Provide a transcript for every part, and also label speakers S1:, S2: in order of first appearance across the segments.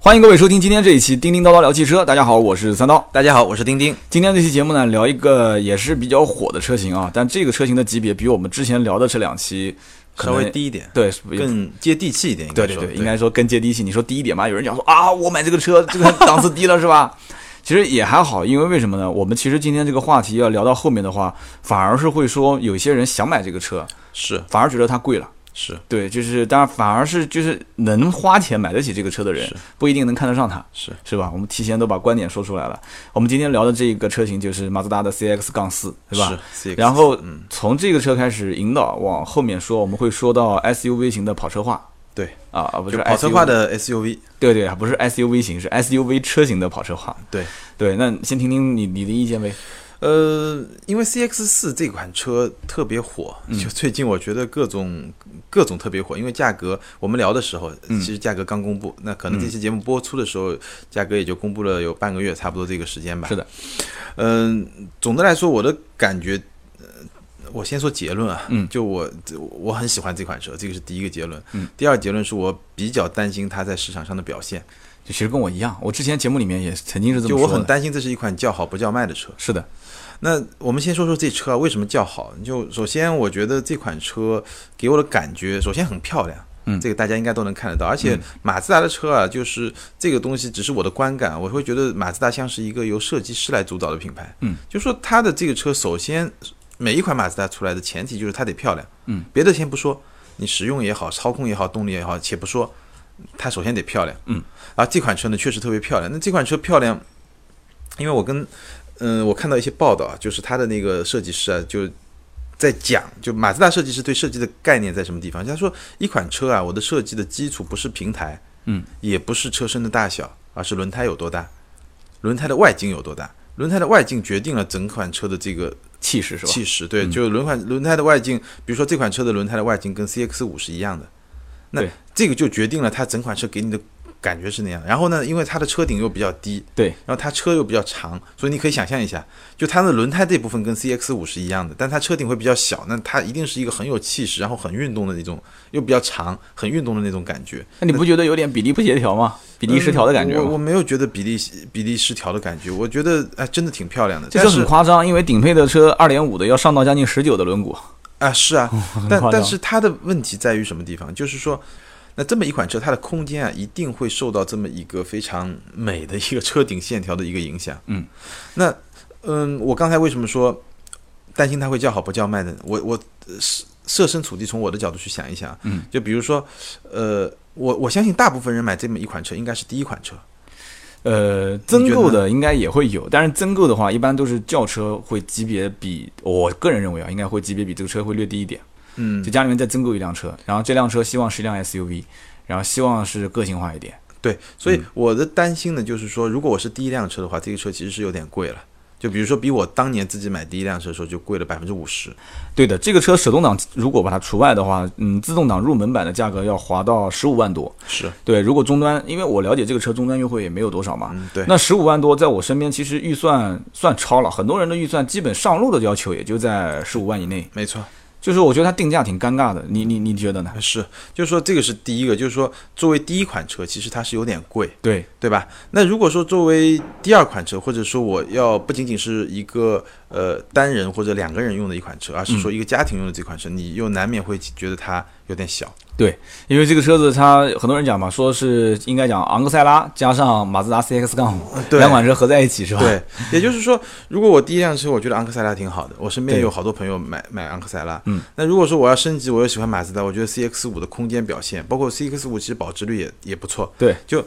S1: 欢迎各位收听今天这一期《叮叮叨叨聊汽车》。大家好，我是三刀。
S2: 大家好，我是丁丁。
S1: 今天这期节目呢，聊一个也是比较火的车型啊，但这个车型的级别比我们之前聊的这两期可
S2: 稍
S1: 能
S2: 微低一点，
S1: 对，也
S2: 更接地气一点。应
S1: 对
S2: 该
S1: 对
S2: 说
S1: 对，应该说更接地气。你说低一点嘛？有人讲说啊，我买这个车，这个档次低了是 吧？其实也还好，因为为什么呢？我们其实今天这个话题要聊到后面的话，反而是会说有些人想买这个车，
S2: 是
S1: 反而觉得它贵了。
S2: 是
S1: 对，就是当然反而是就是能花钱买得起这个车的人
S2: 是，
S1: 不一定能看得上它，
S2: 是
S1: 是吧？我们提前都把观点说出来了。我们今天聊的这个车型就是马自达的 CX 杠四，对吧？
S2: 是嗯 CX
S1: 然后从这个车开始引导往后面说，我们会说到 SUV 型的跑车化
S2: 对，
S1: 啊，啊不是
S2: 就跑车
S1: SUV
S2: 化的 SUV，
S1: 对对，不是 SUV 型，是 SUV 车型的跑车化。
S2: 对，
S1: 对，那先听听你你的意见呗。
S2: 呃，因为 CX 四这款车特别火，
S1: 嗯
S2: 就最近我觉得各种各种特别火，因为价格我们聊的时候，
S1: 嗯
S2: 其实价格刚公布，那可能这期节目播出的时候，价格也就公布了有半个月，差不多这个时间吧。
S1: 是的，
S2: 嗯，总的来说，我的感觉，呃，我先说结论啊，
S1: 嗯
S2: 就我我很喜欢这款车，这个是第一个结论。
S1: 嗯，
S2: 第二结论是我比较担心它在市场上的表现，
S1: 就其实跟我一样，我之前节目里面也曾经是这
S2: 就
S1: 么
S2: 我
S1: 说的。
S2: 很担心这是一款叫好不叫卖的车。
S1: 是的，
S2: 那我们先说说这车啊为什么叫好？就首先我觉得这款车给我的感觉，首先很漂亮。
S1: 嗯
S2: 这个大家应该都能看得到，而且马自达的车啊，就是这个东西只是我的观感，我会觉得马自达像是一个由设计师来主导的品牌。
S1: 嗯，
S2: 就说它的这个车，首先每一款马自达出来的前提就是它得漂亮。
S1: 嗯，
S2: 别的先不说，你实用也好，操控也好，动力也好，且不说，它首先得漂亮。
S1: 嗯，
S2: 然后这款车呢确实特别漂亮。那这款车漂亮，因为我跟嗯，我看到一些报道啊，就是他的那个设计师啊，就在讲，就马自达设计师对设计的概念在什么地方？他说，一款车啊，我的设计的基础不是平台，
S1: 嗯，
S2: 也不是车身的大小，而是轮胎有多大，轮胎的外径有多大，轮胎的外径决定了整款车的这个
S1: 气势是吧？嗯
S2: 气势，对，就轮款轮胎的外径，比如说这款车的轮胎的外径跟 CX 五是一样的，那
S1: 对
S2: 这个就决定了它整款车给你的感觉是那样。然后呢，因为它的车顶又比较低，
S1: 对，
S2: 然后它车又比较长，所以你可以想象一下，就它的轮胎这部分跟 CX 五是一样的，但它车顶会比较小，那它一定是一个很有气势，然后很运动的那种，又比较长，很运动的那种感觉。
S1: 那你不觉得有点比例不协调吗？比例失调的感觉
S2: 嗯我我
S1: 吗？
S2: 没有觉得比例比例失调的感觉，我觉得哎，真的挺漂亮的。
S1: 这
S2: 但
S1: 就是很夸张，因为顶配的车二点五的要上到将近十九的轮毂。
S2: 啊，是啊，但
S1: 夸张
S2: 但是它的问题在于什么地方？就是说，那这么一款车，它的空间啊，一定会受到这么一个非常美的一个车顶线条的一个影响。
S1: 嗯，
S2: 那嗯，我刚才为什么说担心它会叫好不叫卖呢？我我呃设设身处地从我的角度去想一想，
S1: 嗯，
S2: 就比如说，呃，我我相信大部分人买这么一款车应该是第一款车，
S1: 呃，增购的应该也会有，但是增购的话，一般都是轿车会级别比我个人认为啊，应该会级别比这个车会略低一点。
S2: 嗯
S1: 就，家里面再增购一辆车，然后这辆车希望是一辆 SUV，然后希望是个性化一点。
S2: 对，所以我的担心呢，就是说，如果我是第一辆车的话，这个车其实是有点贵了。就比如说，比我当年自己买第一辆车的时候就贵了百分之五十。
S1: 对的，这个车手动挡如果把它除外的话，嗯，自动挡入门版的价格要划到十五万多。
S2: 是，
S1: 对，如果终端，因为我了解这个车终端优惠也没有多少嘛，
S2: 嗯，对，
S1: 那十五万多，在我身边其实预算算超了，很多人的预算基本上路的要求也就在十五万以内，
S2: 没错，
S1: 就是我觉得它定价挺尴尬的，你你你觉得呢？
S2: 是，就是说这个是第一个，就是说作为第一款车，其实它是有点贵，
S1: 对，
S2: 对吧？那如果说作为第二款车，或者说我要不仅仅是一个呃单人或者两个人用的一款车，而是说一个家庭用的这款车，你又难免会觉得它有点小。
S1: 因为这个车子它很多人讲嘛，说是应该讲昂克赛拉加上马自达 CX 杠五
S2: 对
S1: 两款车合在一起是吧？
S2: 对，也就是说，如果我第一辆车，我觉得昂克赛拉挺好的，我身边
S1: 对
S2: 有好多朋友买买昂克赛拉。
S1: 嗯，
S2: 那如果说我要升级，我又喜欢马自达，我觉得 CX 五的空间表现，包括 CX 五其实保值率也也不错，
S1: 对，
S2: 就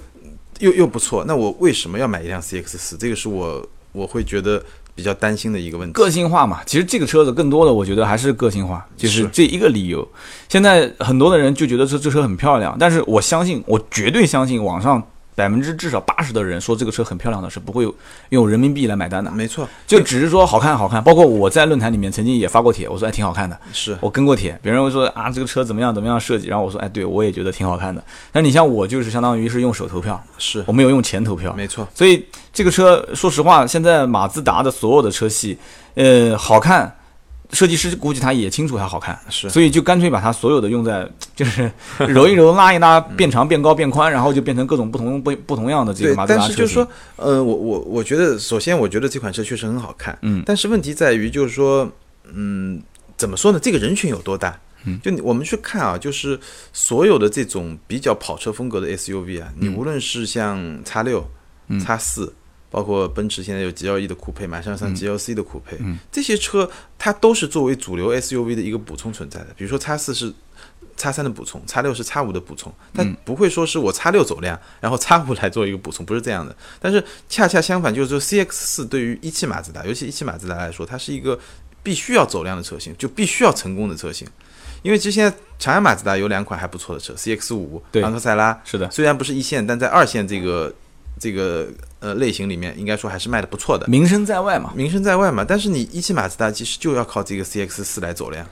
S2: 又又不错。那我为什么要买一辆 CX 四？这个是我我会觉得比较担心的一个问题。
S1: 个性化嘛，其实这个车子更多的我觉得还是个性化，就是
S2: 是
S1: 这一个理由。现在很多的人就觉得这这车很漂亮，但是我相信，我绝对相信网上百分之至少八十的人说这个车很漂亮的是不会有用人民币来买单的，
S2: 没错，
S1: 就只是说好看好看。包括我在论坛里面曾经也发过帖，我说哎挺好看的，
S2: 是
S1: 我跟过帖，别人会说啊这个车怎么样怎么样设计，然后我说哎对我也觉得挺好看的。但你像我就是相当于是用手投票，
S2: 是
S1: 我没有用钱投票，
S2: 没错，
S1: 所以这个车，说实话，现在马自达的所有的车系，呃，好看，设计师估计他也清楚它好看，
S2: 是
S1: 所以就干脆把它所有的用在就是 揉一揉、拉一拉，变长、变高、变宽，然后就变成各种不同不不同样的这
S2: 嗯对
S1: 个马，自
S2: 但
S1: 达
S2: 是
S1: 车型。
S2: 就是说，呃，我我我觉得，首先我觉得这款车确实很好看，
S1: 嗯
S2: 但是问题在于就是说，嗯，怎么说呢？这个人群有多大？嗯，就你我们去看啊，就是所有的这种比较跑车风格的 SUV 啊，你
S1: 嗯
S2: 无论是像叉六、叉四。包括奔驰现在有 GLE 的酷配，马上
S1: 嗯
S2: 上 GLC 的酷配，这些车它都是作为主流 SUV 的一个补充存在的。比如说叉四是叉三的补充，叉六是叉五的补充，
S1: 嗯
S2: 但不会说是我叉六走量，然后叉五来做一个补充，不是这样的。但是恰恰相反，就是说 CX 四对于一汽马自达，尤其一汽马自达来说，它是一个必须要走量的车型，就必须要成功的车型。因为其实现在长安马自达有两款还不错的车，CX 五、
S1: 对
S2: 昂克赛拉，
S1: 是的，
S2: 虽然不是一线，但在二线这个这个呃类型里面，应该说还是卖的不错的，
S1: 名声在外嘛。
S2: 名声在外嘛。但是你一汽马自达其实就要靠这个 CX 四来走量，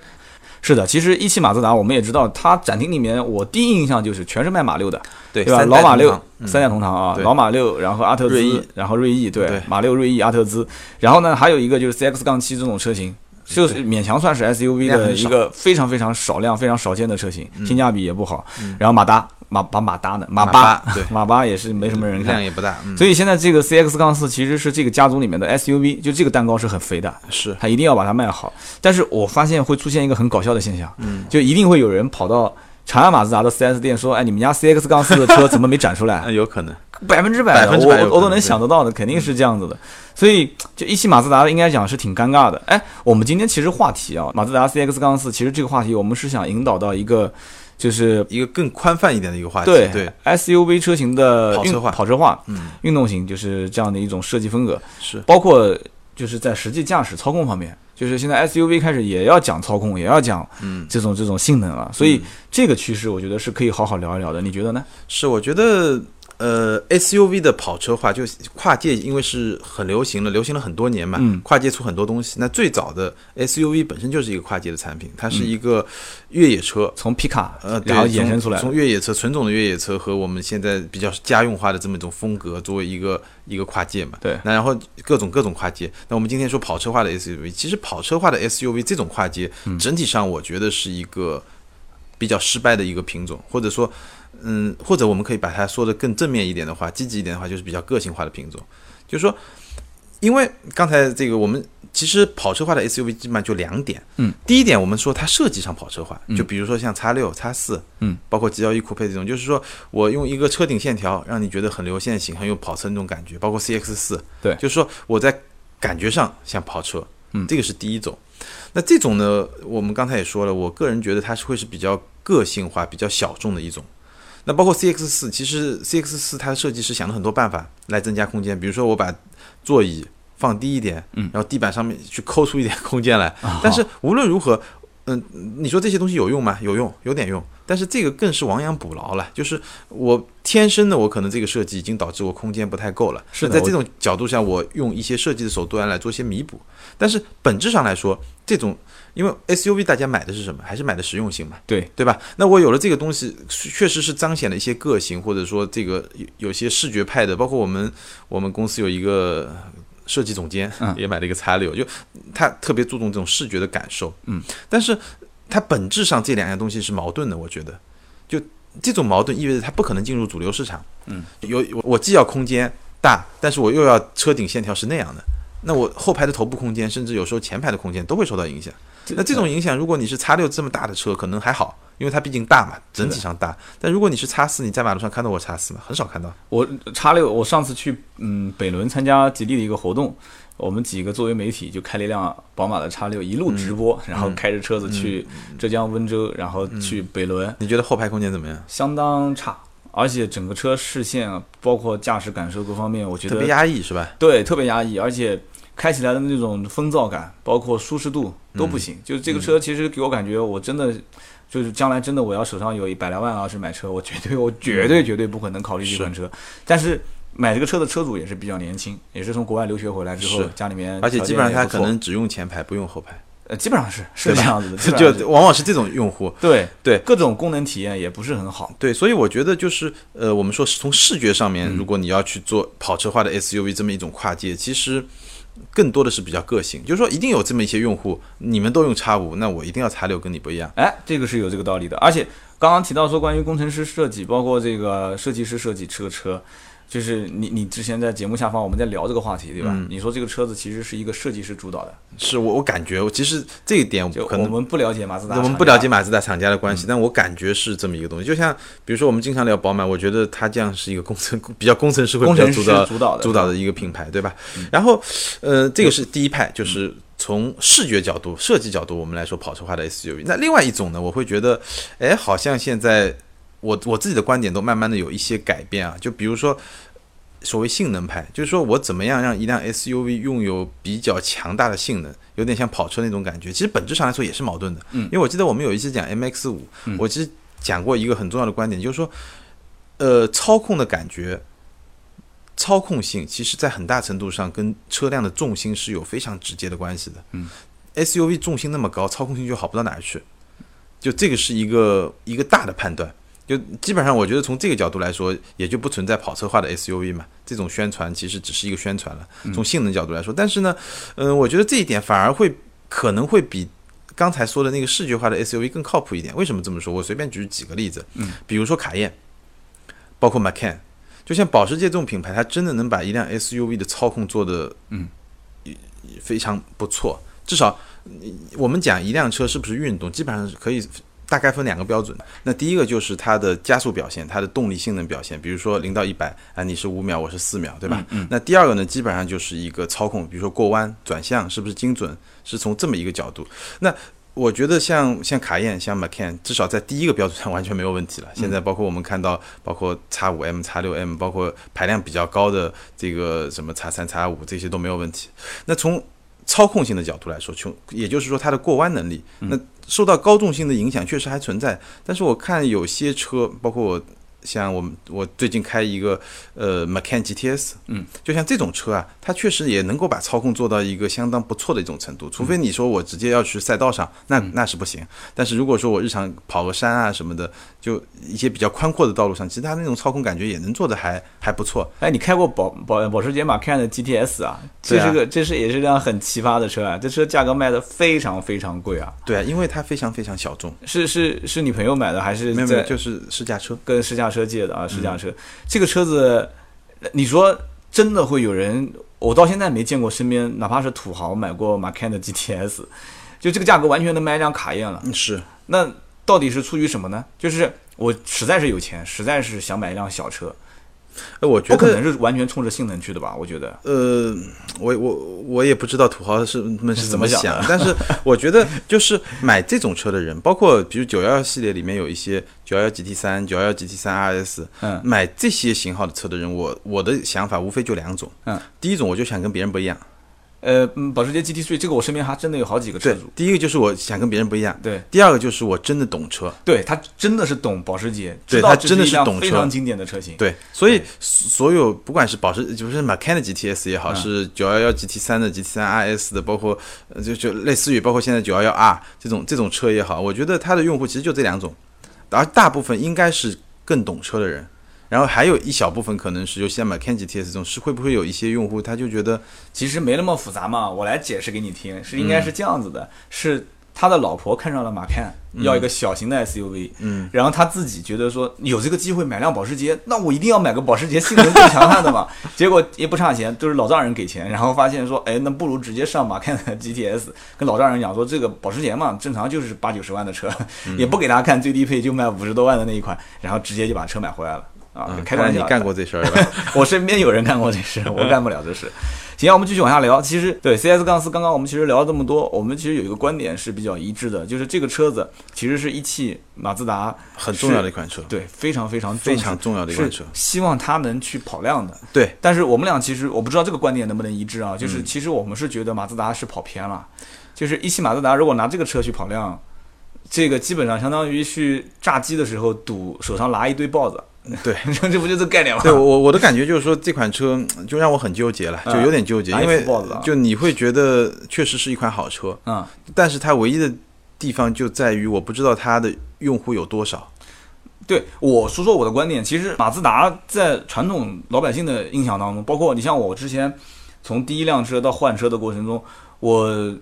S1: 是的，其实一汽马自达我们也知道，它展厅里面我第一印象就是全是卖马六的，
S2: 对
S1: 对吧？
S2: 三代
S1: 老马
S2: 同
S1: 六
S2: 堂嗯
S1: 三代同堂啊，
S2: 对
S1: 老马六，然后阿特
S2: 锐意
S1: 兹，然后锐意，对
S2: 对，
S1: 马六、锐意、阿特兹，然后呢，还有一个就是 CX 杠七这种车型，就是勉强算是 SUV
S2: 量
S1: 的
S2: 很
S1: 一
S2: 少嗯
S1: 个非常非常少量、非常少见的车型，性价比也不好。然后马达马把马达呢，马
S2: 马
S1: 八
S2: 八对
S1: 马八也是没什么人
S2: 量
S1: 看。
S2: 也不大，嗯，
S1: 所以现在这个 CX 杠四其实是这个家族里面的 SUV，就这个蛋糕是很肥的，
S2: 是
S1: 他一定要把它卖好。但是我发现会出现一个很搞笑的现象，
S2: 嗯
S1: 就一定会有人跑到长安马自达的 4S 店说：“哎，你们家 CX 杠四的车怎么没展出来？”
S2: 嗯有可能。
S1: 百分之百
S2: 百
S1: 的，
S2: 分之
S1: 我
S2: 百有可能嗯
S1: 我我都能想得到的，肯定是这样子的。所以就一汽马自达应该讲是挺尴尬的。哎，我们今天其实话题啊，马自达 CX 杠四，其实这个话题我们是想引导到一个，就是
S2: 一个更宽泛一点的一个话题。
S1: 对
S2: 啊对，
S1: SUV 车型的
S2: 跑车
S1: 运
S2: 化
S1: 跑车化，
S2: 嗯，
S1: 运动型就是这样的一种设计风格，
S2: 是
S1: 包括就是在实际驾驶操控方面，就是现在 SUV 开始也要讲操控，也要讲
S2: 嗯
S1: 这种这种性能了。所以这个趋势，我觉得是可以好好聊一聊的。你觉得呢？
S2: 是，我觉得呃 SUV 的跑车化就跨界，因为是很流行了，流行了很多年嘛，
S1: 嗯
S2: 跨界出很多东西。那最早的 SUV 本身就是一个跨界的产品，
S1: 嗯
S2: 它是一个越野车。
S1: 从皮卡
S2: 呃，，对
S1: 然后衍生出来的
S2: 从，从越野车纯种的越野车和我们现在比较家用化的这么一种风格作为一个一个跨界嘛，
S1: 对
S2: 那然后各种各种跨界。那我们今天说跑车化的 SUV，其实跑车化的 SUV 这种跨界，
S1: 嗯
S2: 整体上我觉得是一个比较失败的一个品种，或者说，嗯，或者我们可以把它说的更正面一点的话，积极一点的话，就是比较个性化的品种。就是说，因为刚才这个我们其实跑车化的 SUV 基本上就两点，
S1: 嗯，
S2: 第一点我们说它设计上跑车化，就比如说像叉六、叉四，
S1: 嗯，
S2: 包括 G L E 酷配这种，就是说我用一个车顶线条让你觉得很流线型，很有跑车那种感觉，包括 C X 四，
S1: 对
S2: 就是说我在感觉上像跑车，
S1: 嗯
S2: 这个是第一种。那这种呢，我们刚才也说了，我个人觉得它是会是比较个性化、比较小众的一种。那包括 CX 四，其实 CX 四它的设计师想了很多办法来增加空间，比如说我把座椅放低一点，
S1: 嗯
S2: 然后地板上面去抠出一点空间来。
S1: 啊
S2: 但是无论如何，嗯，你说这些东西有用吗？有用，有点用。但是这个更是亡羊补牢了，就是我天生的，我可能这个设计已经导致我空间不太够了。
S1: 是的
S2: 那在
S1: 我
S2: 这种角度下，我用一些设计的手段来做一些弥补。但是本质上来说，这种因为 SUV 大家买的是什么？还是买的实用性嘛。
S1: 对，
S2: 对吧？那我有了这个东西，确实是彰显了一些个性，或者说这个有有些视觉派的，包括我们我们公司有一个设计总监
S1: 嗯
S2: 也买了一个叉六，就他特别注重这种视觉的感受，
S1: 嗯，
S2: 但是它本质上这两样东西是矛盾的，我觉得，就这种矛盾意味着它不可能进入主流市场，
S1: 嗯，
S2: 有我我既要空间大，但是我又要车顶线条是那样的。那我后排的头部空间，甚至有时候前排的空间都会受到影响。那这种
S1: 嗯
S2: 影响，如果你是叉六这么大的车，可能还好，因为它毕竟大嘛，整体上大。但如果你是叉四，你在马路上看到我叉四吗？很少看到。
S1: 我叉六，我上次去嗯北仑参加吉利的一个活动，我们几个作为媒体就开了一辆宝马的叉六，一
S2: 嗯
S1: 路直播，然后开着车子去浙江温州，然后
S2: 嗯
S1: 去北仑，
S2: 你觉得后排空间怎么样？
S1: 相当差，而且整个车视线啊，包括驾驶感受各方面，我觉
S2: 特别
S1: 得
S2: 压抑是吧？
S1: 对特别压抑，而且开起来的那种风噪感，包括舒适度
S2: 嗯
S1: 都不行。就是这个车其实给我感觉，我真的。就是将来真的我要手上有一百来万啊，是买车，我绝对我绝
S2: 嗯
S1: 对绝对不可能考虑这款车。但是买这个车的车主也是比较年轻，也是从国外留学回来之后
S2: 是，
S1: 家里面
S2: 而且
S1: 条
S2: 基
S1: 件
S2: 本上
S1: 也
S2: 它
S1: 不
S2: 可
S1: 错
S2: 能只用前排，不用后排，
S1: 呃基本上是是这
S2: 吧
S1: 样子的，基本上是
S2: 就往往是这种用户。
S1: 对
S2: 对
S1: 各种功能体验也不是很好。
S2: 对，所以我觉得就是呃，
S1: 嗯
S2: 我们说是从视觉上面，如果你要去做跑车化的 SUV 这么一种跨界，其实更多的是比较个性，就是说一定有这么一些用户，你们都用叉五，那我一定要叉六跟你不一样。
S1: 哎，这个是有这个道理的。而且刚刚提到说关于工程师设计，包括这个设计师设计这个车，就是你你之前在节目下方我们在聊这个话题，对吧？
S2: 嗯
S1: 你说这个车子其实是一个设计师主导的，
S2: 是我我感觉，我其实这一点
S1: 就
S2: 可
S1: 我
S2: 能
S1: 们不了解马自达，
S2: 我们不了解，马自达厂家的关系，但我感觉是这么一个东西。就像比如说我们经常聊宝马，我觉得它这样是一个工程比较工程师会比较
S1: 工程
S2: 主
S1: 师
S2: 导
S1: 主导的
S2: 主导的一个品牌，对吧？然后呃，这个是第一派，就是从视觉角度、设计角度我们来说跑车化的 SUV。那另外一种呢，我会觉得，哎，好像现在我我自己的观点都慢慢的有一些改变啊，就比如说。所谓性能派，就是说我怎么样让一辆 SUV 拥有比较强大的性能，有点像跑车那种感觉。其实本质上来说也是矛盾的，
S1: 嗯
S2: 因为我记得我们有一期讲 MX 五、我其实讲过一个很重要的观点，就是说，呃，操控的感觉，操控性，其实在很大程度上跟车辆的重心是有非常直接的关系的。
S1: 嗯
S2: ，SUV 重心那么高，操控性就好不到哪儿去，就这个是一个一个大的判断。就基本上，我觉得从这个角度来说，也就不存在跑车化的 SUV 嘛。这种宣传其实只是一个宣传了。
S1: 嗯
S2: 从性能角度来说，但是呢，嗯，我觉得这一点反而会可能会比刚才说的那个视觉化的 SUV 更靠谱一点。为什么这么说？我随便举几个例子，
S1: 嗯，
S2: 比如说卡宴，包括 Macan，就像保时捷这种品牌，它真的能把一辆 SUV 的操控做得
S1: 嗯
S2: 非常不错。至少嗯我们讲一辆车是不是运动，基本上是可以大概分两个标准。那第一个就是它的加速表现，它的动力性能表现，比如说零到一百啊，你是五秒，我是四秒，对吧？那第二个呢，基本上就是一个操控，比如说过弯、转向是不是精准，是从这么一个角度。那我觉得像像卡宴、像 Macan，至少在第一个标准上完全没有问题了。现在包括我们看到，包括 X 五 M、X 六 M，包括排量比较高的这个什么 X 三、X 五这些都没有问题。那从操控性的角度来说，从也就是说它的过弯能力，那受到高重心的影响确实还存在。但是我看有些车，包括我像我们我最近开一个呃 Macan GTS，
S1: 嗯，
S2: 就像这种车啊，它确实也能够把操控做到一个相当不错的一种程度。除非你说我直接要去赛道上，那那是不行。但是如果说我日常跑个山啊什么的，就一些比较宽阔的道路上，其实它那种操控感觉也能做的还还不错。
S1: 哎，你开过宝宝保时捷马 can 的 GTS 啊？这
S2: 对啊
S1: 是个、这是也是辆很奇葩的车啊，这车价格卖的非常非常贵啊，
S2: 对啊，因为它非常非常小众，
S1: 是是是你朋友买的还是
S2: 没有没有，
S1: 在
S2: 就是试驾车。
S1: 跟试驾车借的啊，试
S2: 嗯
S1: 驾车、这个车子，你说真的会有人？我到现在没见过身边哪怕是土豪买过马 can 的 GTS，就 这个价格完全能买一辆卡宴了。
S2: 嗯，是，
S1: 那到底是出于什么呢？就是我实在是有钱，实在是想买一辆小车，
S2: 哎，我
S1: 不
S2: 觉
S1: 可
S2: 得
S1: 能，是完全冲着性能去的吧？我觉得，
S2: 呃，我我我也不知道土豪是们是
S1: 是
S2: 怎
S1: 怎么
S2: 么
S1: 想
S2: 想， 但是我觉得就是买这种车的人，包括比如九幺幺系列里面有一些九幺幺 GT 三、九幺幺 GT 三 RS，
S1: 嗯
S2: 买这些型号的车的人，我我的想法无非就两种，
S1: 嗯，
S2: 第一种我就想跟别人不一样，
S1: 呃，嗯保时捷 GT 3这个我身边还真的有好几个车
S2: 对
S1: 主，，
S2: 第一个就是我想跟别人不一样，
S1: 对，
S2: 第二个就是我真的懂车，
S1: 对他真的是懂保时捷，
S2: 对
S1: 知道
S2: 他
S1: 这
S2: 真的
S1: 一
S2: 是
S1: 辆
S2: 懂
S1: 非
S2: 车
S1: 常经典的车型，
S2: 对，所以所有不管是保时，就是马 a 的 GTS 也
S1: 嗯
S2: 好，是九幺幺 GT 三的 GT 三 RS 的，包括呃就就类似于包括现在九幺幺 R 这种这种车也好，我觉得它的用户其实就这两种，而大部分应该是更懂车的人。然后还有一小部分可能是，尤其像 Macan GTS 这种，是会不会有一些用户他就觉得
S1: 其实没那么复杂嘛，我来解释给你听，是应
S2: 嗯
S1: 该是这样子的，是他的老婆看上了马 can，要
S2: 嗯
S1: 一个小型的 SUV，嗯，然后他自己觉得说有这个机会买辆保时捷，那我一定要买个保时捷性能更强悍的 嘛，结果也不差钱，都是老丈人给钱，然后发现说，哎，那不如直接上马 can 的 GTS，跟老丈人讲说这个保时捷嘛，正常就是八九十万的车，
S2: 嗯
S1: 也不给他看最低配就卖五十多万的那一款，然后直接就把车买回来了啊，
S2: 嗯，
S1: 开
S2: 看来
S1: 玩笑
S2: 你干过这事儿 吧？
S1: 我身边有人干过这事，我干不了这事。行，我们继续往下聊。其实对 CS 杠四，刚刚我们其实聊了这么多，我们其实有一个观点是比较一致的，就是这个车子其实是一汽马自达
S2: 很重要的一款车，
S1: 对非常非常重
S2: 非
S1: 视
S2: 常重要的一款车
S1: 是。希望它能去跑量的。
S2: 对，
S1: 但是我们俩其实我不知道这个观点能不能一致啊，
S2: 嗯
S1: 就是其实我们是觉得马自达是跑偏了，就是一汽马自达如果拿这个车去跑量，这个基本上相当于去炸鸡的时候堵手上拿一堆豹子，
S2: 对，
S1: 这不就这概念吗？
S2: 对我我我的感觉就是说，这款车嗯就让我很纠结了，就有点纠结，
S1: 啊
S2: 因
S1: 拿一
S2: 为
S1: 副帽子啊
S2: 就你会觉得确实是一款好车，
S1: 嗯，
S2: 但是它唯一的地方就在于我不知道它的用户有多少。
S1: 对我说说我的观点，其实马自达在传统老百姓的印象当中，包括你像我之前从第一辆车到换车的过程中，我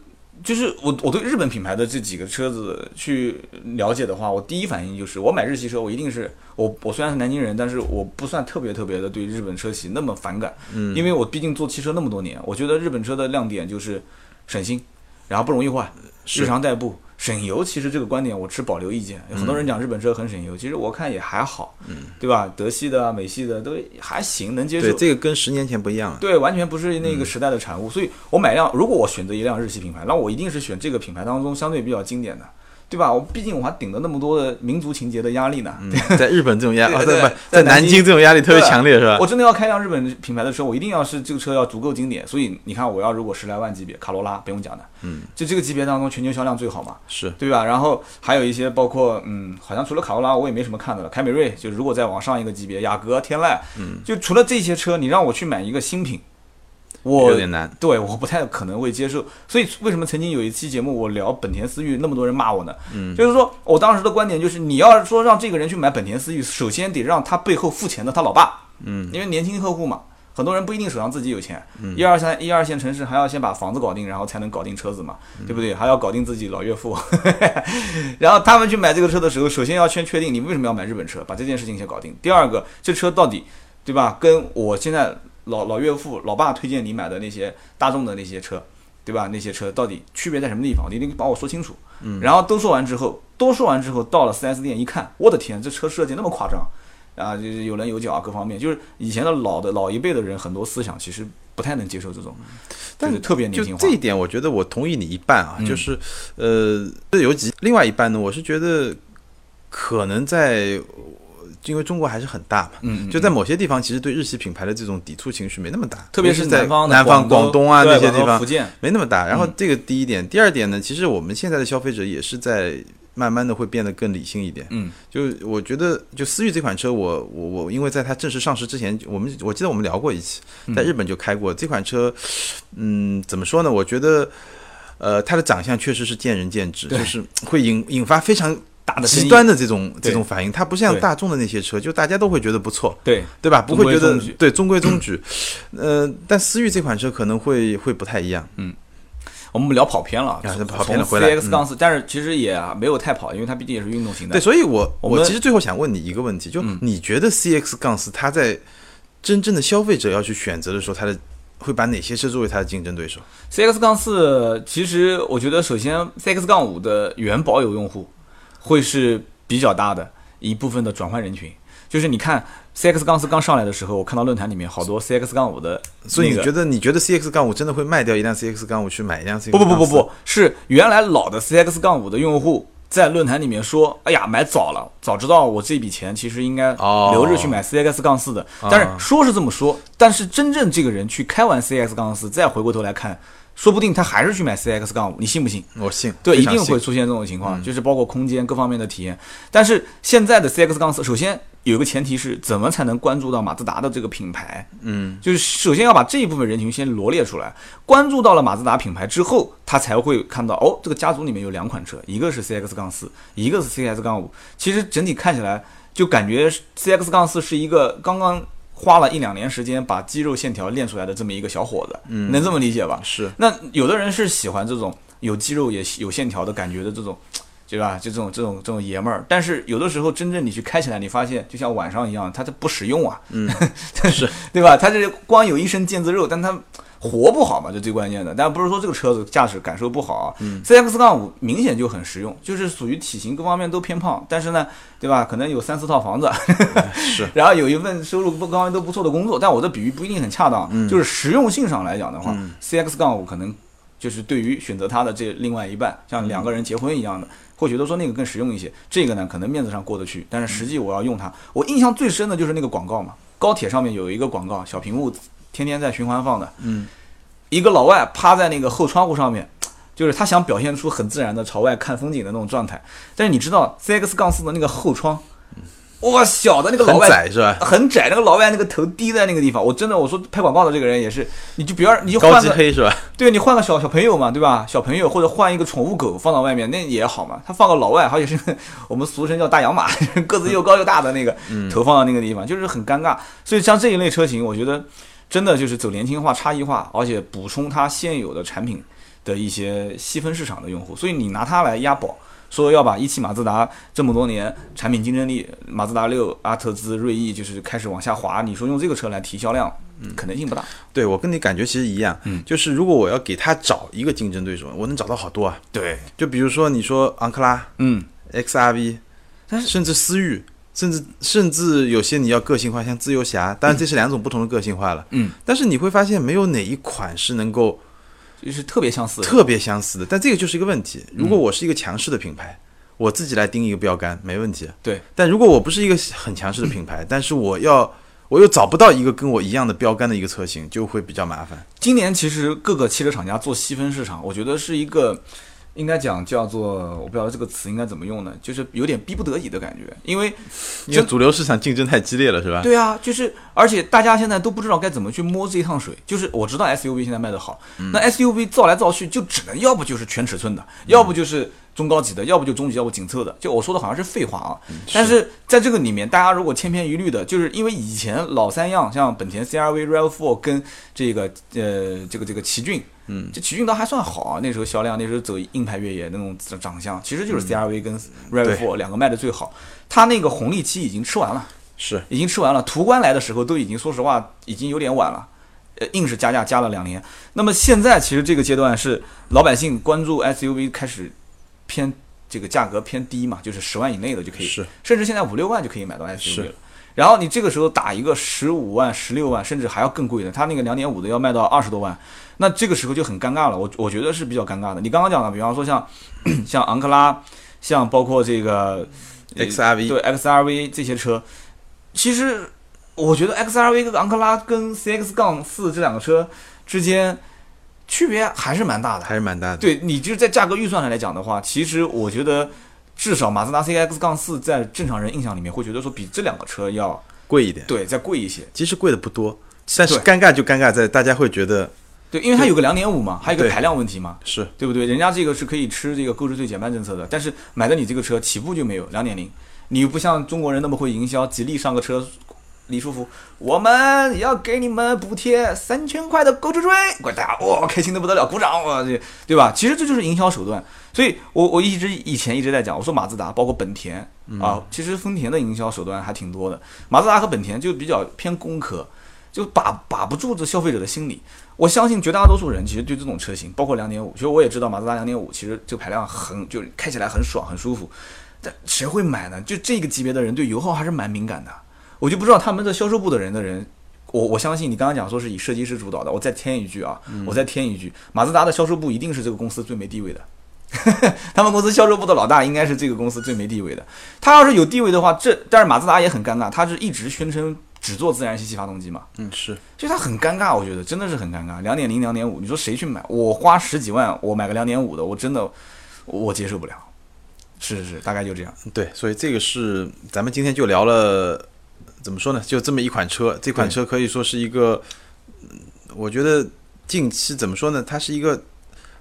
S1: 就是我我对日本品牌的这几个车子去了解的话，我第一反应就是我买日系车，我一定是我我虽然是南京人，但是我不算特别特别的对日本车企那么反感，嗯，因为我毕竟做汽车那么多年，我觉得日本车的亮点就是省心，然后不容易坏，日常代步。省油其实这个观点我持保留意见，有很
S2: 嗯
S1: 多人讲日本车很省油，其实我看也还好，对吧？德系的、啊美系的都还行，能接受
S2: 对，。这个跟十年前不一样了。
S1: 对，完全不是那
S2: 嗯
S1: 个时代的产物。所以我买辆，如果我选择一辆日系品牌，那我一定是选这个品牌当中相对比较经典的，对吧？我毕竟我还顶着那么多的民族情节的压力呢。对
S2: 嗯在日本这种压，
S1: 对
S2: 哦，
S1: 对
S2: 不，
S1: 在
S2: 在
S1: 南
S2: 南
S1: 京
S2: 京这种压力特别
S1: 对
S2: 强烈，是吧
S1: 我？真的要开一辆日本品牌的车，我一定要是这个车要足够经典。所以你看，我要如果十来万级别，卡罗拉不用讲的，
S2: 嗯，
S1: 就这个级别当中全球销量最好嘛。
S2: 是，
S1: 对吧？然后还有一些包括嗯，好像除了卡罗拉，我也没什么看的了。凯美瑞就如果再往上一个级别，雅阁、天籁，嗯，就除了这些车，你让我去买一个新品，我
S2: 有点难。
S1: 对我不太可能会接受。所以为什么曾经有一期节目我聊本田思域，那么多人骂我呢？嗯，就是说我当时的观点就是，你要说让这个人去买本田思域，首先得让他背后付钱的他老爸，嗯，因为年轻客户嘛。很多人不一定手上自己有钱，
S2: 嗯
S1: 一二三一二线城市还要先把房子搞定，然后才能搞定车子嘛，
S2: 嗯
S1: 对不对？还要搞定自己老岳父， 然后他们去买这个车的时候，首先要先确定你为什么要买日本车，把这件事情先搞定。第二个，这车到底对吧？跟我现在老老岳父、老爸推荐你买的那些大众的那些车，对吧？那些车到底区别在什么地方？你一定把我说清楚。嗯。然后都说完之后，都说完之后，到了 4S 店一看，我的天，这车设计那么夸张，啊，就是有棱有角啊，各方面，就是以前的老的老一辈的人，很多思想其实不太能接受这种，
S2: 嗯但
S1: 就是特别
S2: 就
S1: 年轻化
S2: 这。一点，我觉得我同意你一半啊，
S1: 嗯
S2: 就是呃，这有几另外一半呢，我是觉得可能在，因为中国还是很大嘛。
S1: 嗯，嗯
S2: 就在某些地方，其实对日系品牌的这种抵触情绪没那么大，
S1: 特别
S2: 是
S1: 是
S2: 在
S1: 南方的、
S2: 南方、
S1: 广
S2: 广东啊
S1: 对
S2: 那些
S1: 广
S2: 地
S1: 东
S2: 方
S1: 福，建，
S2: 没那么大。然后
S1: 嗯
S2: 这个第一点，第二点呢，其实我们现在的消费者也是在慢慢的会变得更理性一点。
S1: 嗯
S2: 就我觉得，就思域这款车我，我我因为在它正式上市之前，我们我记得我们聊过一期，
S1: 嗯
S2: 在日本就开过、这款车。嗯，怎么说呢？我觉得，呃，它的长相确实是见仁见智，就是会引引发非常
S1: 大的生
S2: 极
S1: 意
S2: 端的这种
S1: 对
S2: 这种反应。它不像
S1: 对
S2: 大众的那些车，就大家都会觉得不错。
S1: 对，
S2: 对吧？不会
S1: 中
S2: 觉得
S1: 规中矩
S2: 对中规中矩，呃，但思域这款车可能会会不太一样，
S1: 我们聊跑偏了，
S2: 啊
S1: 从
S2: 跑偏了回来
S1: CX 杠四，但是其实也没有太跑，因为它毕竟也是运动型的。
S2: 对，，所以我
S1: 我
S2: 我
S1: 们嗯
S2: 其实最后想问你一个问题，就你觉得 CX 杠四它在真正的消费者要去选择的时候，它的会把哪些车作为它的竞争对手？
S1: CX 杠四，其实我觉得首先 CX 杠五的原保有用户会是比较大的一部分的转换人群，就是你看 CX 杠四刚上来的时候，我看到论坛里面好多 CX 杠五的、那个，
S2: 所以你觉得你觉得 CX 杠五真的会卖掉一辆 CX 杠五去买一辆 CX？
S1: 不不不不不，是原来老的 CX 杠五的用户在论坛里面说，哎呀，买早了，早知道我这笔钱其实应该
S2: 哦
S1: 留着去买 CX 杠四的。但是说是这么说，但是真正这个人去开完 CX 杠四，再回过头来看，说不定他还是去买 CX 杠五，你信不信？
S2: 我信，
S1: 对，
S2: 非
S1: 一
S2: 常
S1: 定会
S2: 信
S1: 出现这种情况，就是包括空间各方面的体验。但是现在的 CX 杠四，首先有一个前提是，怎么才能关注到马自达的这个品牌？嗯，就是首先要把这一部分人群先罗列出来，关注到了马自达品牌之后，他才会看到哦，这个家族里面有两款车，一个是 CX 杠四，一个是 CX 杠五。其实整体看起来，就感觉 CX 杠四是一个刚刚。花了一两年时间把肌肉线条练出来的这么一个小伙子，嗯，能这么理解吧？
S2: 是
S1: 那有的人是喜欢这种有肌肉也有线条的感觉的这种，对吧？就这种这种这种爷们儿。但是有的时候真正你去开起来，你发现就像晚上一样，它这不实用啊， 嗯，是对吧？它这光有一身腱子肉，但它活不好嘛，这最关键的。但不是说这个车子驾驶感受不好啊、c x 杠五明显就很实用，就是属于体型各方面都偏胖，但是呢，对吧？可能有三四套房子，
S2: 是
S1: 然后有一份收入各方面都不错的工作，但我的比喻不一定很恰当，就是实用性上来讲的话、c x 杠五可能就是对于选择它的这另外一半，像两个人结婚一样的，会觉得说那个更实用一些，这个呢可能面子上过得去，但是实际我要用它，我印象最深的就是那个广告嘛，高铁上面有一个广告，小屏幕天天在循环放的，嗯，一个老外趴在那个后窗户上面。就是他想表现出很自然的朝外看风景的那种状态，但是你知道 CX 杠四的那个后窗，哇，小的那个老
S2: 很
S1: 外
S2: 窄是吧？
S1: 很窄，那个老外那个头低在那个地方，我真的我说拍广告的这个人也是，你就不要你就
S2: 高
S1: 换
S2: 级
S1: 个
S2: 黑是 吧？
S1: 对啊你换个小小朋友嘛，对吧？小朋友或者换一个宠物狗放到外面那也好嘛，他放个老外，而且是 我们俗称叫大洋马， 个子又高又大的那个，投放到那个地方就是很尴尬。所以像这一类车型，我觉得真的就是走年轻化、差异化，而且补充它现有的产品的一些细分市场的用户。所以你拿它来押宝，说要把一汽马自达这么多年产品竞争力，马自达六、阿特兹、锐意就是开始往下滑，你说用这个车来提销量，可能性不大。
S2: 对我跟你感觉其实一样，
S1: 嗯
S2: 就是如果我要给他找一个竞争对手，我能找到好多啊。
S1: 对，
S2: 就比如说你说昂克拉、
S1: 嗯，
S2: XRV，
S1: 但
S2: 甚至思域，甚至甚至有些你要个性化，像自由侠，当然这是两种不同的个性化了。
S1: 嗯，
S2: 但是你会发现没有哪一款是能够
S1: 就是特别相似。
S2: 特别相似的，但这个就是一个问题。如果我是一个强势的品牌，我自己来定一个标杆没问题。
S1: 对，
S2: 但如果我不是一个很强势的品
S1: 嗯
S2: 牌，但是我要我又找不到一个跟我一样的标杆的一个车型，就会比较麻烦。
S1: 今年其实各个汽车厂家做细分市场，我觉得是一个应该讲叫做我不知道这个词应该怎么用呢，就是有点逼不得已的感觉，因为
S2: 因为主流市场竞争太激烈了，是吧？
S1: 对啊，就是而且大家现在都不知道该怎么去摸这一趟水。就是我知道 SUV 现在卖的好，
S2: 嗯
S1: 那 SUV 造来造去就只能要不就是全尺寸的，要不就是中高级的，要不就中级，要不紧凑的。就我说的好像是废话啊，
S2: 嗯
S1: 但是在这个里面，大家如果千篇一律的，就是因为以前老三样，像本田 CR-V、RAV4 跟这个呃这个这个奇骏。
S2: 嗯，
S1: 这奇骏倒还算好啊，那时候销量，那时候走硬派越野那种长相，其实就是
S2: 嗯
S1: CR-V 跟 RAV4 两个卖的最好。它那个红利期已经吃完了，
S2: 是
S1: 已经吃完了。途观来的时候都已经，说实话已经有点晚了，呃，硬是加价加了两年。那么现在其实这个阶段是老百姓关注 SUV 开始偏这个价格偏低嘛，就是十万以内的就可以，
S2: 是
S1: 甚至现在五六万就可以买到 SUV 了
S2: 是。
S1: 然后你这个时候打一个十五万、十六万，甚至还要更贵的，它那个两点五的要卖到二十多万，那这个时候就很尴尬了。我我觉得是比较尴尬的。你刚刚讲的，比方说像 像昂克拉，像包括这个呃
S2: XRV
S1: 对 XRV 这些车，其实我觉得 XRV 跟昂克拉跟 CX 杠四这两个车之间区别还是蛮大的。
S2: 还是蛮大的。
S1: 对你就是在价格预算上来讲的话，其实我觉得至少马自达 CX 杠四在正常人印象里面会觉得说比这两个车要
S2: 贵一点，
S1: 对再贵一些。
S2: 其实贵的不多，但是
S1: 对
S2: 尴尬就尴尬在大家会觉得
S1: 对，因为它有个两点五嘛，还有一个
S2: 对
S1: 排量问题嘛，
S2: 是
S1: 对不对？人家这个是可以吃这个购置税减半政策的，但是买的你这个车起步就没有两点零，你又不像中国人那么会营销，吉利上个车。李书福，我们要给你们补贴三千块的购置税，滚蛋！哇、开心的不得了，鼓掌！哇，这对吧？其实这就是营销手段。所以我我一直以前一直在讲，我说马自达包括本田啊，其实丰田的营销手段还挺多的。马自达和本田就比较偏工科，就把把不住这消费者的心理。我相信绝大多数人其实对这种车型，包括2.5，其实我也知道马自达2.5其实这个排量很，就是开起来很爽，很舒服。但谁会买呢？就这个级别的人对油耗还是蛮敏感的。我就不知道他们的销售部的人的人，我我相信你刚刚讲说是以设计师主导的，我再添一句啊，我再添一句，马自达的销售部一定是这个公司最没地位的。 他们公司销售部的老大应该是这个公司最没地位的。他要是有地位的话，这但是马自达也很尴尬，他是一直宣称只做自然吸气发动机嘛，
S2: 嗯是
S1: 就它很尴尬，我觉得真的是很尴尬。两点零、两点五，你说谁去买？我花十几万，我买个两点五的，我真的我我接受不了。是是是，大概就这样。
S2: 对，所以这个是咱们今天就聊了，怎么说呢？就这么一款车，这款
S1: 对
S2: 车可以说是一个，嗯我觉得近期怎么说呢？它是一个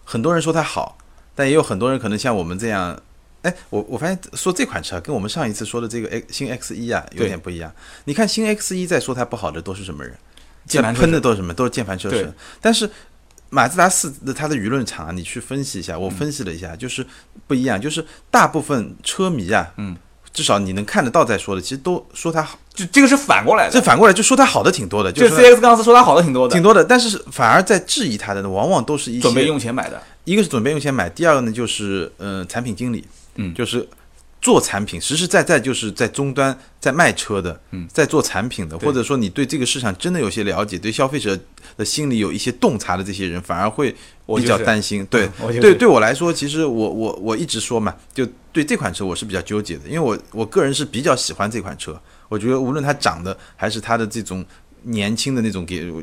S2: 很多人说它好，但也有很多人可能像我们这样。哎，我我发现说这款车跟我们上一次说的这个 X 新 X 一啊有
S1: 对
S2: 点不一样。你看新 X 一在说它不好的都是什么人？
S1: 键盘车
S2: 喷的都是什么？都是键盘车
S1: 对
S2: 神。但是马自达四的它的舆论场啊，你去分析一下，我分析了一下，就是不一样，就是大部分车迷啊，
S1: 嗯，
S2: 至少你能看得到再说的，其实都说它好，
S1: 就这个是反过来
S2: 这
S1: 的，
S2: 反过来就说它好的挺多的，
S1: 就是
S2: 说
S1: CX 杠四说它好的挺多的，
S2: 挺多的，但是反而在质疑它的呢，往往都是一些
S1: 准备用钱买的。
S2: 一个是准备用钱买，第二个呢就是嗯、呃产品经理，
S1: 嗯
S2: 就是做产品，实实在在就是在终端在卖车的，
S1: 嗯
S2: 在做产品的，
S1: 对
S2: 或者说你对这个市场真的有些了解，对消费者的心理有一些洞察的这些人，反而会
S1: 我
S2: 比
S1: 就是嗯
S2: 较担心。对，
S1: 我就是
S2: 对，对我来说，其实我我我一直说嘛，就对这款车我是比较纠结的，因为我我个人是比较喜欢这款车，我觉得无论它长得还是它的这种年轻的那种给，我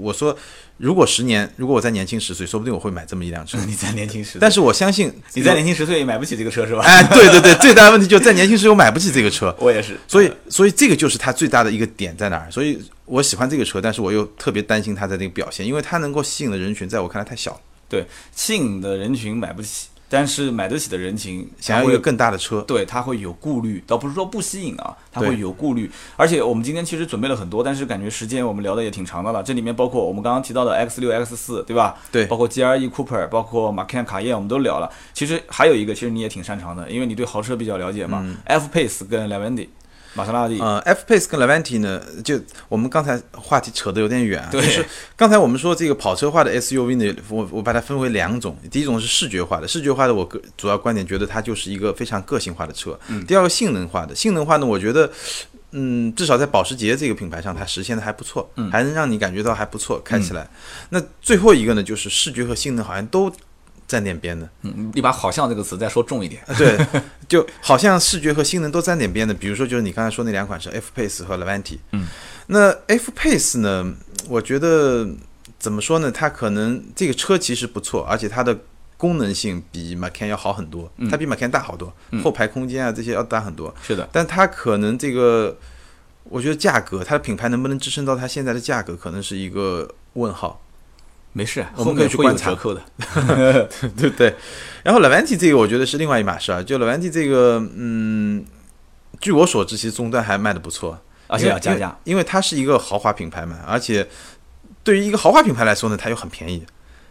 S2: 我说如果十年，如果我再年轻十岁，说不定我会买这么一辆车。
S1: 你在年轻时，
S2: 但是我相信
S1: 你在年轻十岁也买不起这个车是吧？
S2: 哎，对对对，最大的问题就是在年轻时候买不起这个车，
S1: 我也是，
S2: 所以所以这个就是它最大的一个点在哪儿。所以我喜欢这个车，但是我又特别担心它的这个表现，因为它能够吸引的人群，在我看来太小了。
S1: 对吸引的人群买不起，但是买得起的人群
S2: 想要一个更大的车，
S1: 对他会有顾虑，倒不是说不吸引啊，他
S2: 对
S1: 会有顾虑。而且我们今天其实准备了很多，但是感觉时间我们聊的也挺长的了。这里面包括我们刚刚提到的 X 六、X 四，对吧？
S2: 对
S1: 包括 GRE Cooper，包括马 a 卡宴，我们都聊了。其实还有一个，其实你也挺擅长的，因为你对豪车比较了解嘛。F
S2: 嗯
S1: Pace 跟 l a v e n d i 玛莎拉蒂，
S2: 呃，F Pace 跟 Levante 呢，就我们刚才话题扯得有点远啊，
S1: 对
S2: 就是刚才我们说这个跑车化的 SUV 呢，我我把它分为两种，第一种是视觉化的，视觉化的我个主要观点觉得它就是一个非常个性化的车，第二个性能化的，性能化呢，我觉得。嗯，至少在保时捷这个品牌上，它实现的还不错，还能让你感觉到还不错，开起来。那最后一个呢，就是视觉和性能好像都沾点边的，
S1: 嗯，你把“好像”这个词再说重一点。
S2: 对，就好像视觉和性能都沾点边的，比如说就是你刚才说那两款车 F Pace 和 Levante。
S1: 嗯，
S2: 那 F Pace 呢，我觉得怎么说呢？它可能这个车其实不错，而且它的功能性比 Macan 要好很多，它比 Macan 大好多，后排空间啊这些要大很多。
S1: 是的，
S2: 但它可能这个，我觉得价格，它的品牌能不能支撑到它现在的价格，可能是一个问号。
S1: 没事，
S2: 我
S1: 后
S2: 们可以
S1: 面
S2: 去
S1: 会有
S2: 观察
S1: 折扣的。
S2: 对 不对？然后 Levante 这个我觉得是另外一码事啊，就 Levante 这个，嗯，据我所知，其实终端还卖的不错，
S1: 而且
S2: 因为
S1: 要啊加价，，
S2: 因为因为它是一个豪华品牌嘛，而且对于一个豪华品牌来说呢，它又很便宜，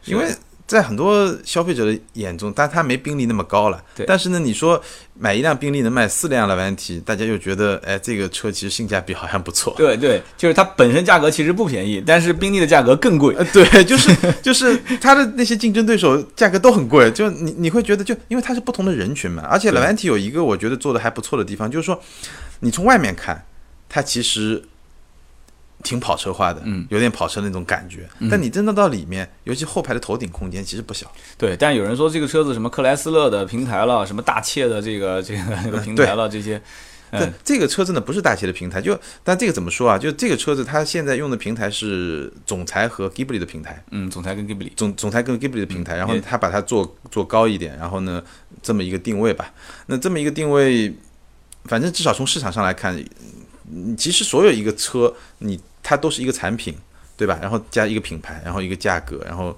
S1: 是
S2: 因为。在很多消费者的眼中，但它没宾利那么高了。
S1: 对
S2: 但是呢，你说买一辆宾利能卖四辆 Levante，大家又觉得，哎，这个车其实性价比好像不错。
S1: 对对，就是它本身价格其实不便宜，但是宾利的价格更贵。
S2: 呃，对，就是就是它的那些竞争对手价格都很贵，就你你会觉得就因为它是不同的人群嘛，而且
S1: 对
S2: Levante 有一个我觉得做的还不错的地方，就是说你从外面看，它其实挺跑车化的，
S1: 嗯，
S2: 有点跑车那种感觉，但你真的到里面，尤其后排的头顶空间其实不小，
S1: 对，但有人说这个车子什么克莱斯勒的平台了，什么大切的这个这个这个平台了，这些，
S2: 但
S1: 嗯，
S2: 这个车真的不是大切的平台，就但这个怎么说啊？就这个车子它现在用的平台是总裁和 Ghibli 的平台，
S1: 嗯，总裁跟 Ghibli
S2: 总总裁跟 Ghibli 的平台，然
S1: 嗯
S2: 后
S1: 也
S2: 他把它做做高一点，然后呢，这么一个定位吧。那这么一个定位，反正至少从市场上来看，嗯其实所有一个车，你它都是一个产品，对吧？然后加一个品牌，然后一个价格，然后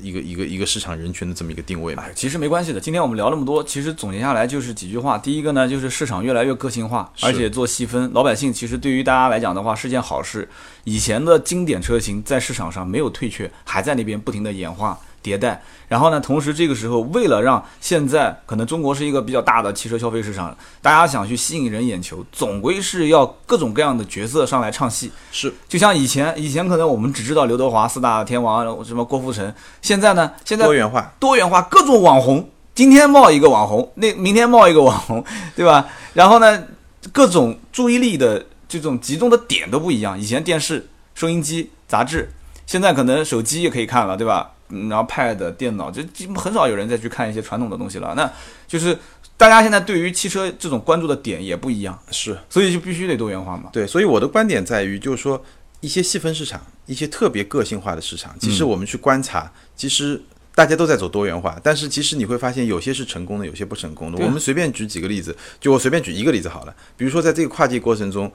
S2: 一个一个一个市场人群的这么一个定位嘛。
S1: 哎，其实没关系的。今天我们聊那么多，其实总结下来就是几句话。第一个呢，就是市场越来越个性化，
S2: 是
S1: 而且做细分，老百姓其实对于大家来讲的话是件好事。以前的经典车型在市场上没有退却，还在那边不停的演化。迭代，然后呢？同时，这个时候为了让现在可能中国是一个比较大的汽车消费市场，大家想去吸引人眼球，总归是要各种各样的角色上来唱戏。
S2: 是
S1: 就像以前，以前可能我们只知道刘德华四大天王，什么郭富城。现在呢，现在
S2: 多元化，
S1: 多元化，各种网红，今天冒一个网红，那明天冒一个网红，对吧？然后呢，各种注意力的这种集中的点都不一样。以前电视、收音机、杂志，现在可能手机也可以看了，对吧？嗯，然后 Pad、电脑，就基本很少有人再去看一些传统的东西了。那就是大家现在对于汽车这种关注的点也不一样，
S2: 是
S1: 所以就必须得多元化嘛。
S2: 对，所以我的观点在于，就是说一些细分市场，一些特别个性化的市场，
S1: 嗯
S2: 其实我们去观察，其实大家都在走多元化，但是其实你会发现有些是成功的，有些不成功的。
S1: 对啊
S2: 我们随便举几个例子，就我随便举一个例子好了，比如说在这个跨界过程中，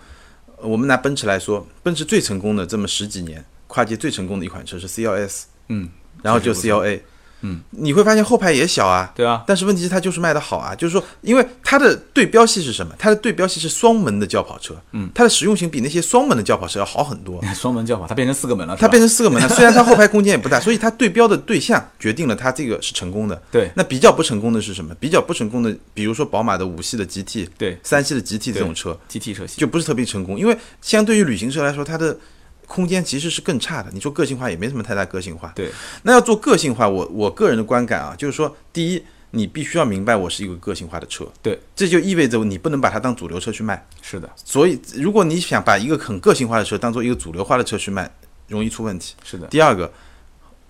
S2: 呃我们拿奔驰来说，奔驰最成功的这么十几年，跨界最成功的一款车是 CLS，
S1: 嗯，
S2: 然后就
S1: 确实不错
S2: CLA，
S1: 嗯，
S2: 你会发现后排也小啊，
S1: 对啊，
S2: 但是问题是它就是卖的好啊，就是说，因为它的对标系是什么？它的对标系是双门的轿跑车，嗯，它的实用性比那些双门的轿跑车要好很多。
S1: 双门轿跑它变成四个门了，是
S2: 它
S1: 吧
S2: 变成四个 门了，虽然它后排空间也不大，所以它对标的对象决定了它这个是成功的。
S1: 对
S2: 那比较不成功的是什么？比较不成功的，比如说宝马的五系的 GT、
S1: 对
S2: 三系的 GT 这种车，
S1: GT 车型，
S2: 就不是特别成功，因为相对于旅行车来说，它的空间其实是更差的。你说个性化也没什么太大个性化。
S1: 对，
S2: 那要做个性化，我我个人的观感啊，就是说，第一，你必须要明白我是一个个性化的车，
S1: 对，
S2: 这就意味着你不能把它当主流车去卖。
S1: 是的，
S2: 所以，如果你想把一个很个性化的车当做一个主流化的车去卖，容易出问题。
S1: 是的。
S2: 第二个，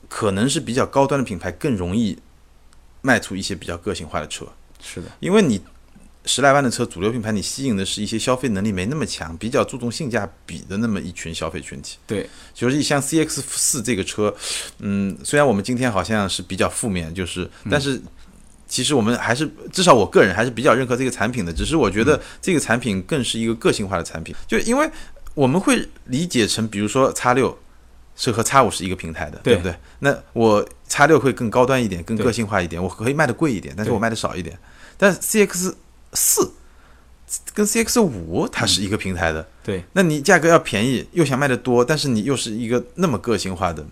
S2: 可能是比较高端的品牌更容易卖出一些比较个性化的车。
S1: 是的，
S2: 因为你十来万的车，主流品牌你吸引的是一些消费能力没那么强、比较注重性价比的那么一群消费群体。
S1: 对，
S2: 就是像 CX 四这个车，嗯，虽然我们今天好像是比较负面，就是，
S1: 嗯
S2: 但是其实我们还是，至少我个人还是比较认可这个产品的。只是我觉
S1: 嗯
S2: 得这个产品更是一个个性化的产品，就因为我们会理解成，比如说 X 六。是和叉五是一个平台的，
S1: 对
S2: 对不对？那我叉六会更高端一点，更
S1: 对
S2: 个性化一点，我可以卖的贵一点，但是
S1: 对
S2: 我卖的少一点。但 CX 四跟 CX 五它
S1: 嗯
S2: 是一个平台的，
S1: 对，
S2: 那你价格要便宜，又想卖的多，但是你又是一个那么个性化的，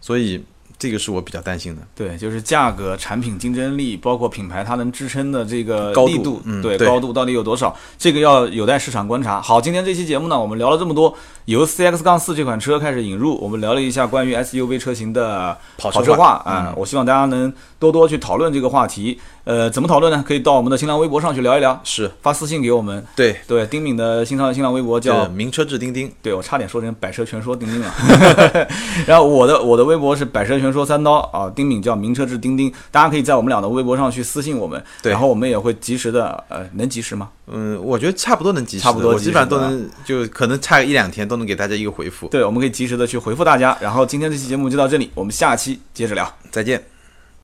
S2: 所以这个是我比较担心的。
S1: 对，就是价格、产品竞争力，包括品牌它能支撑的这个
S2: 高
S1: 力
S2: 度
S1: 度，
S2: 嗯
S1: 对
S2: 对
S1: 高度到底有多少，这个要有待市场观察。好，今天这期节目呢，我们聊了这么多，由 CX 杠四这款车开始引入，我们聊了一下关于 SUV 车型的
S2: 跑
S1: 跑
S2: 车
S1: 车
S2: 化嗯
S1: 化啊、我希望大家能多多去讨论这个话题。呃，怎么讨论呢？可以到我们的新浪微博上去聊一聊，
S2: 是
S1: 发私信给我们。
S2: 对，
S1: 对，丁敏的新浪新浪微博叫
S2: 叫名车志钉钉，
S1: 对我差点说成百车全说钉钉了。 然后我的我的微博是百车全说三刀啊，丁敏叫名车志钉钉，大家可以在我们俩的微博上去私信我们，
S2: 对
S1: 然后我们也会及时的，呃，能及时吗？
S2: 嗯，我觉得差不多能及时的，
S1: 差不多
S2: 我
S1: 及
S2: 基
S1: 时
S2: 本上都
S1: 的
S2: 能，就可能差个一两天都能给大家一个回复。
S1: 对，我们可以及时的去回复大家。然后今天这期节目就到这里，我们下期接着聊。
S2: 再见。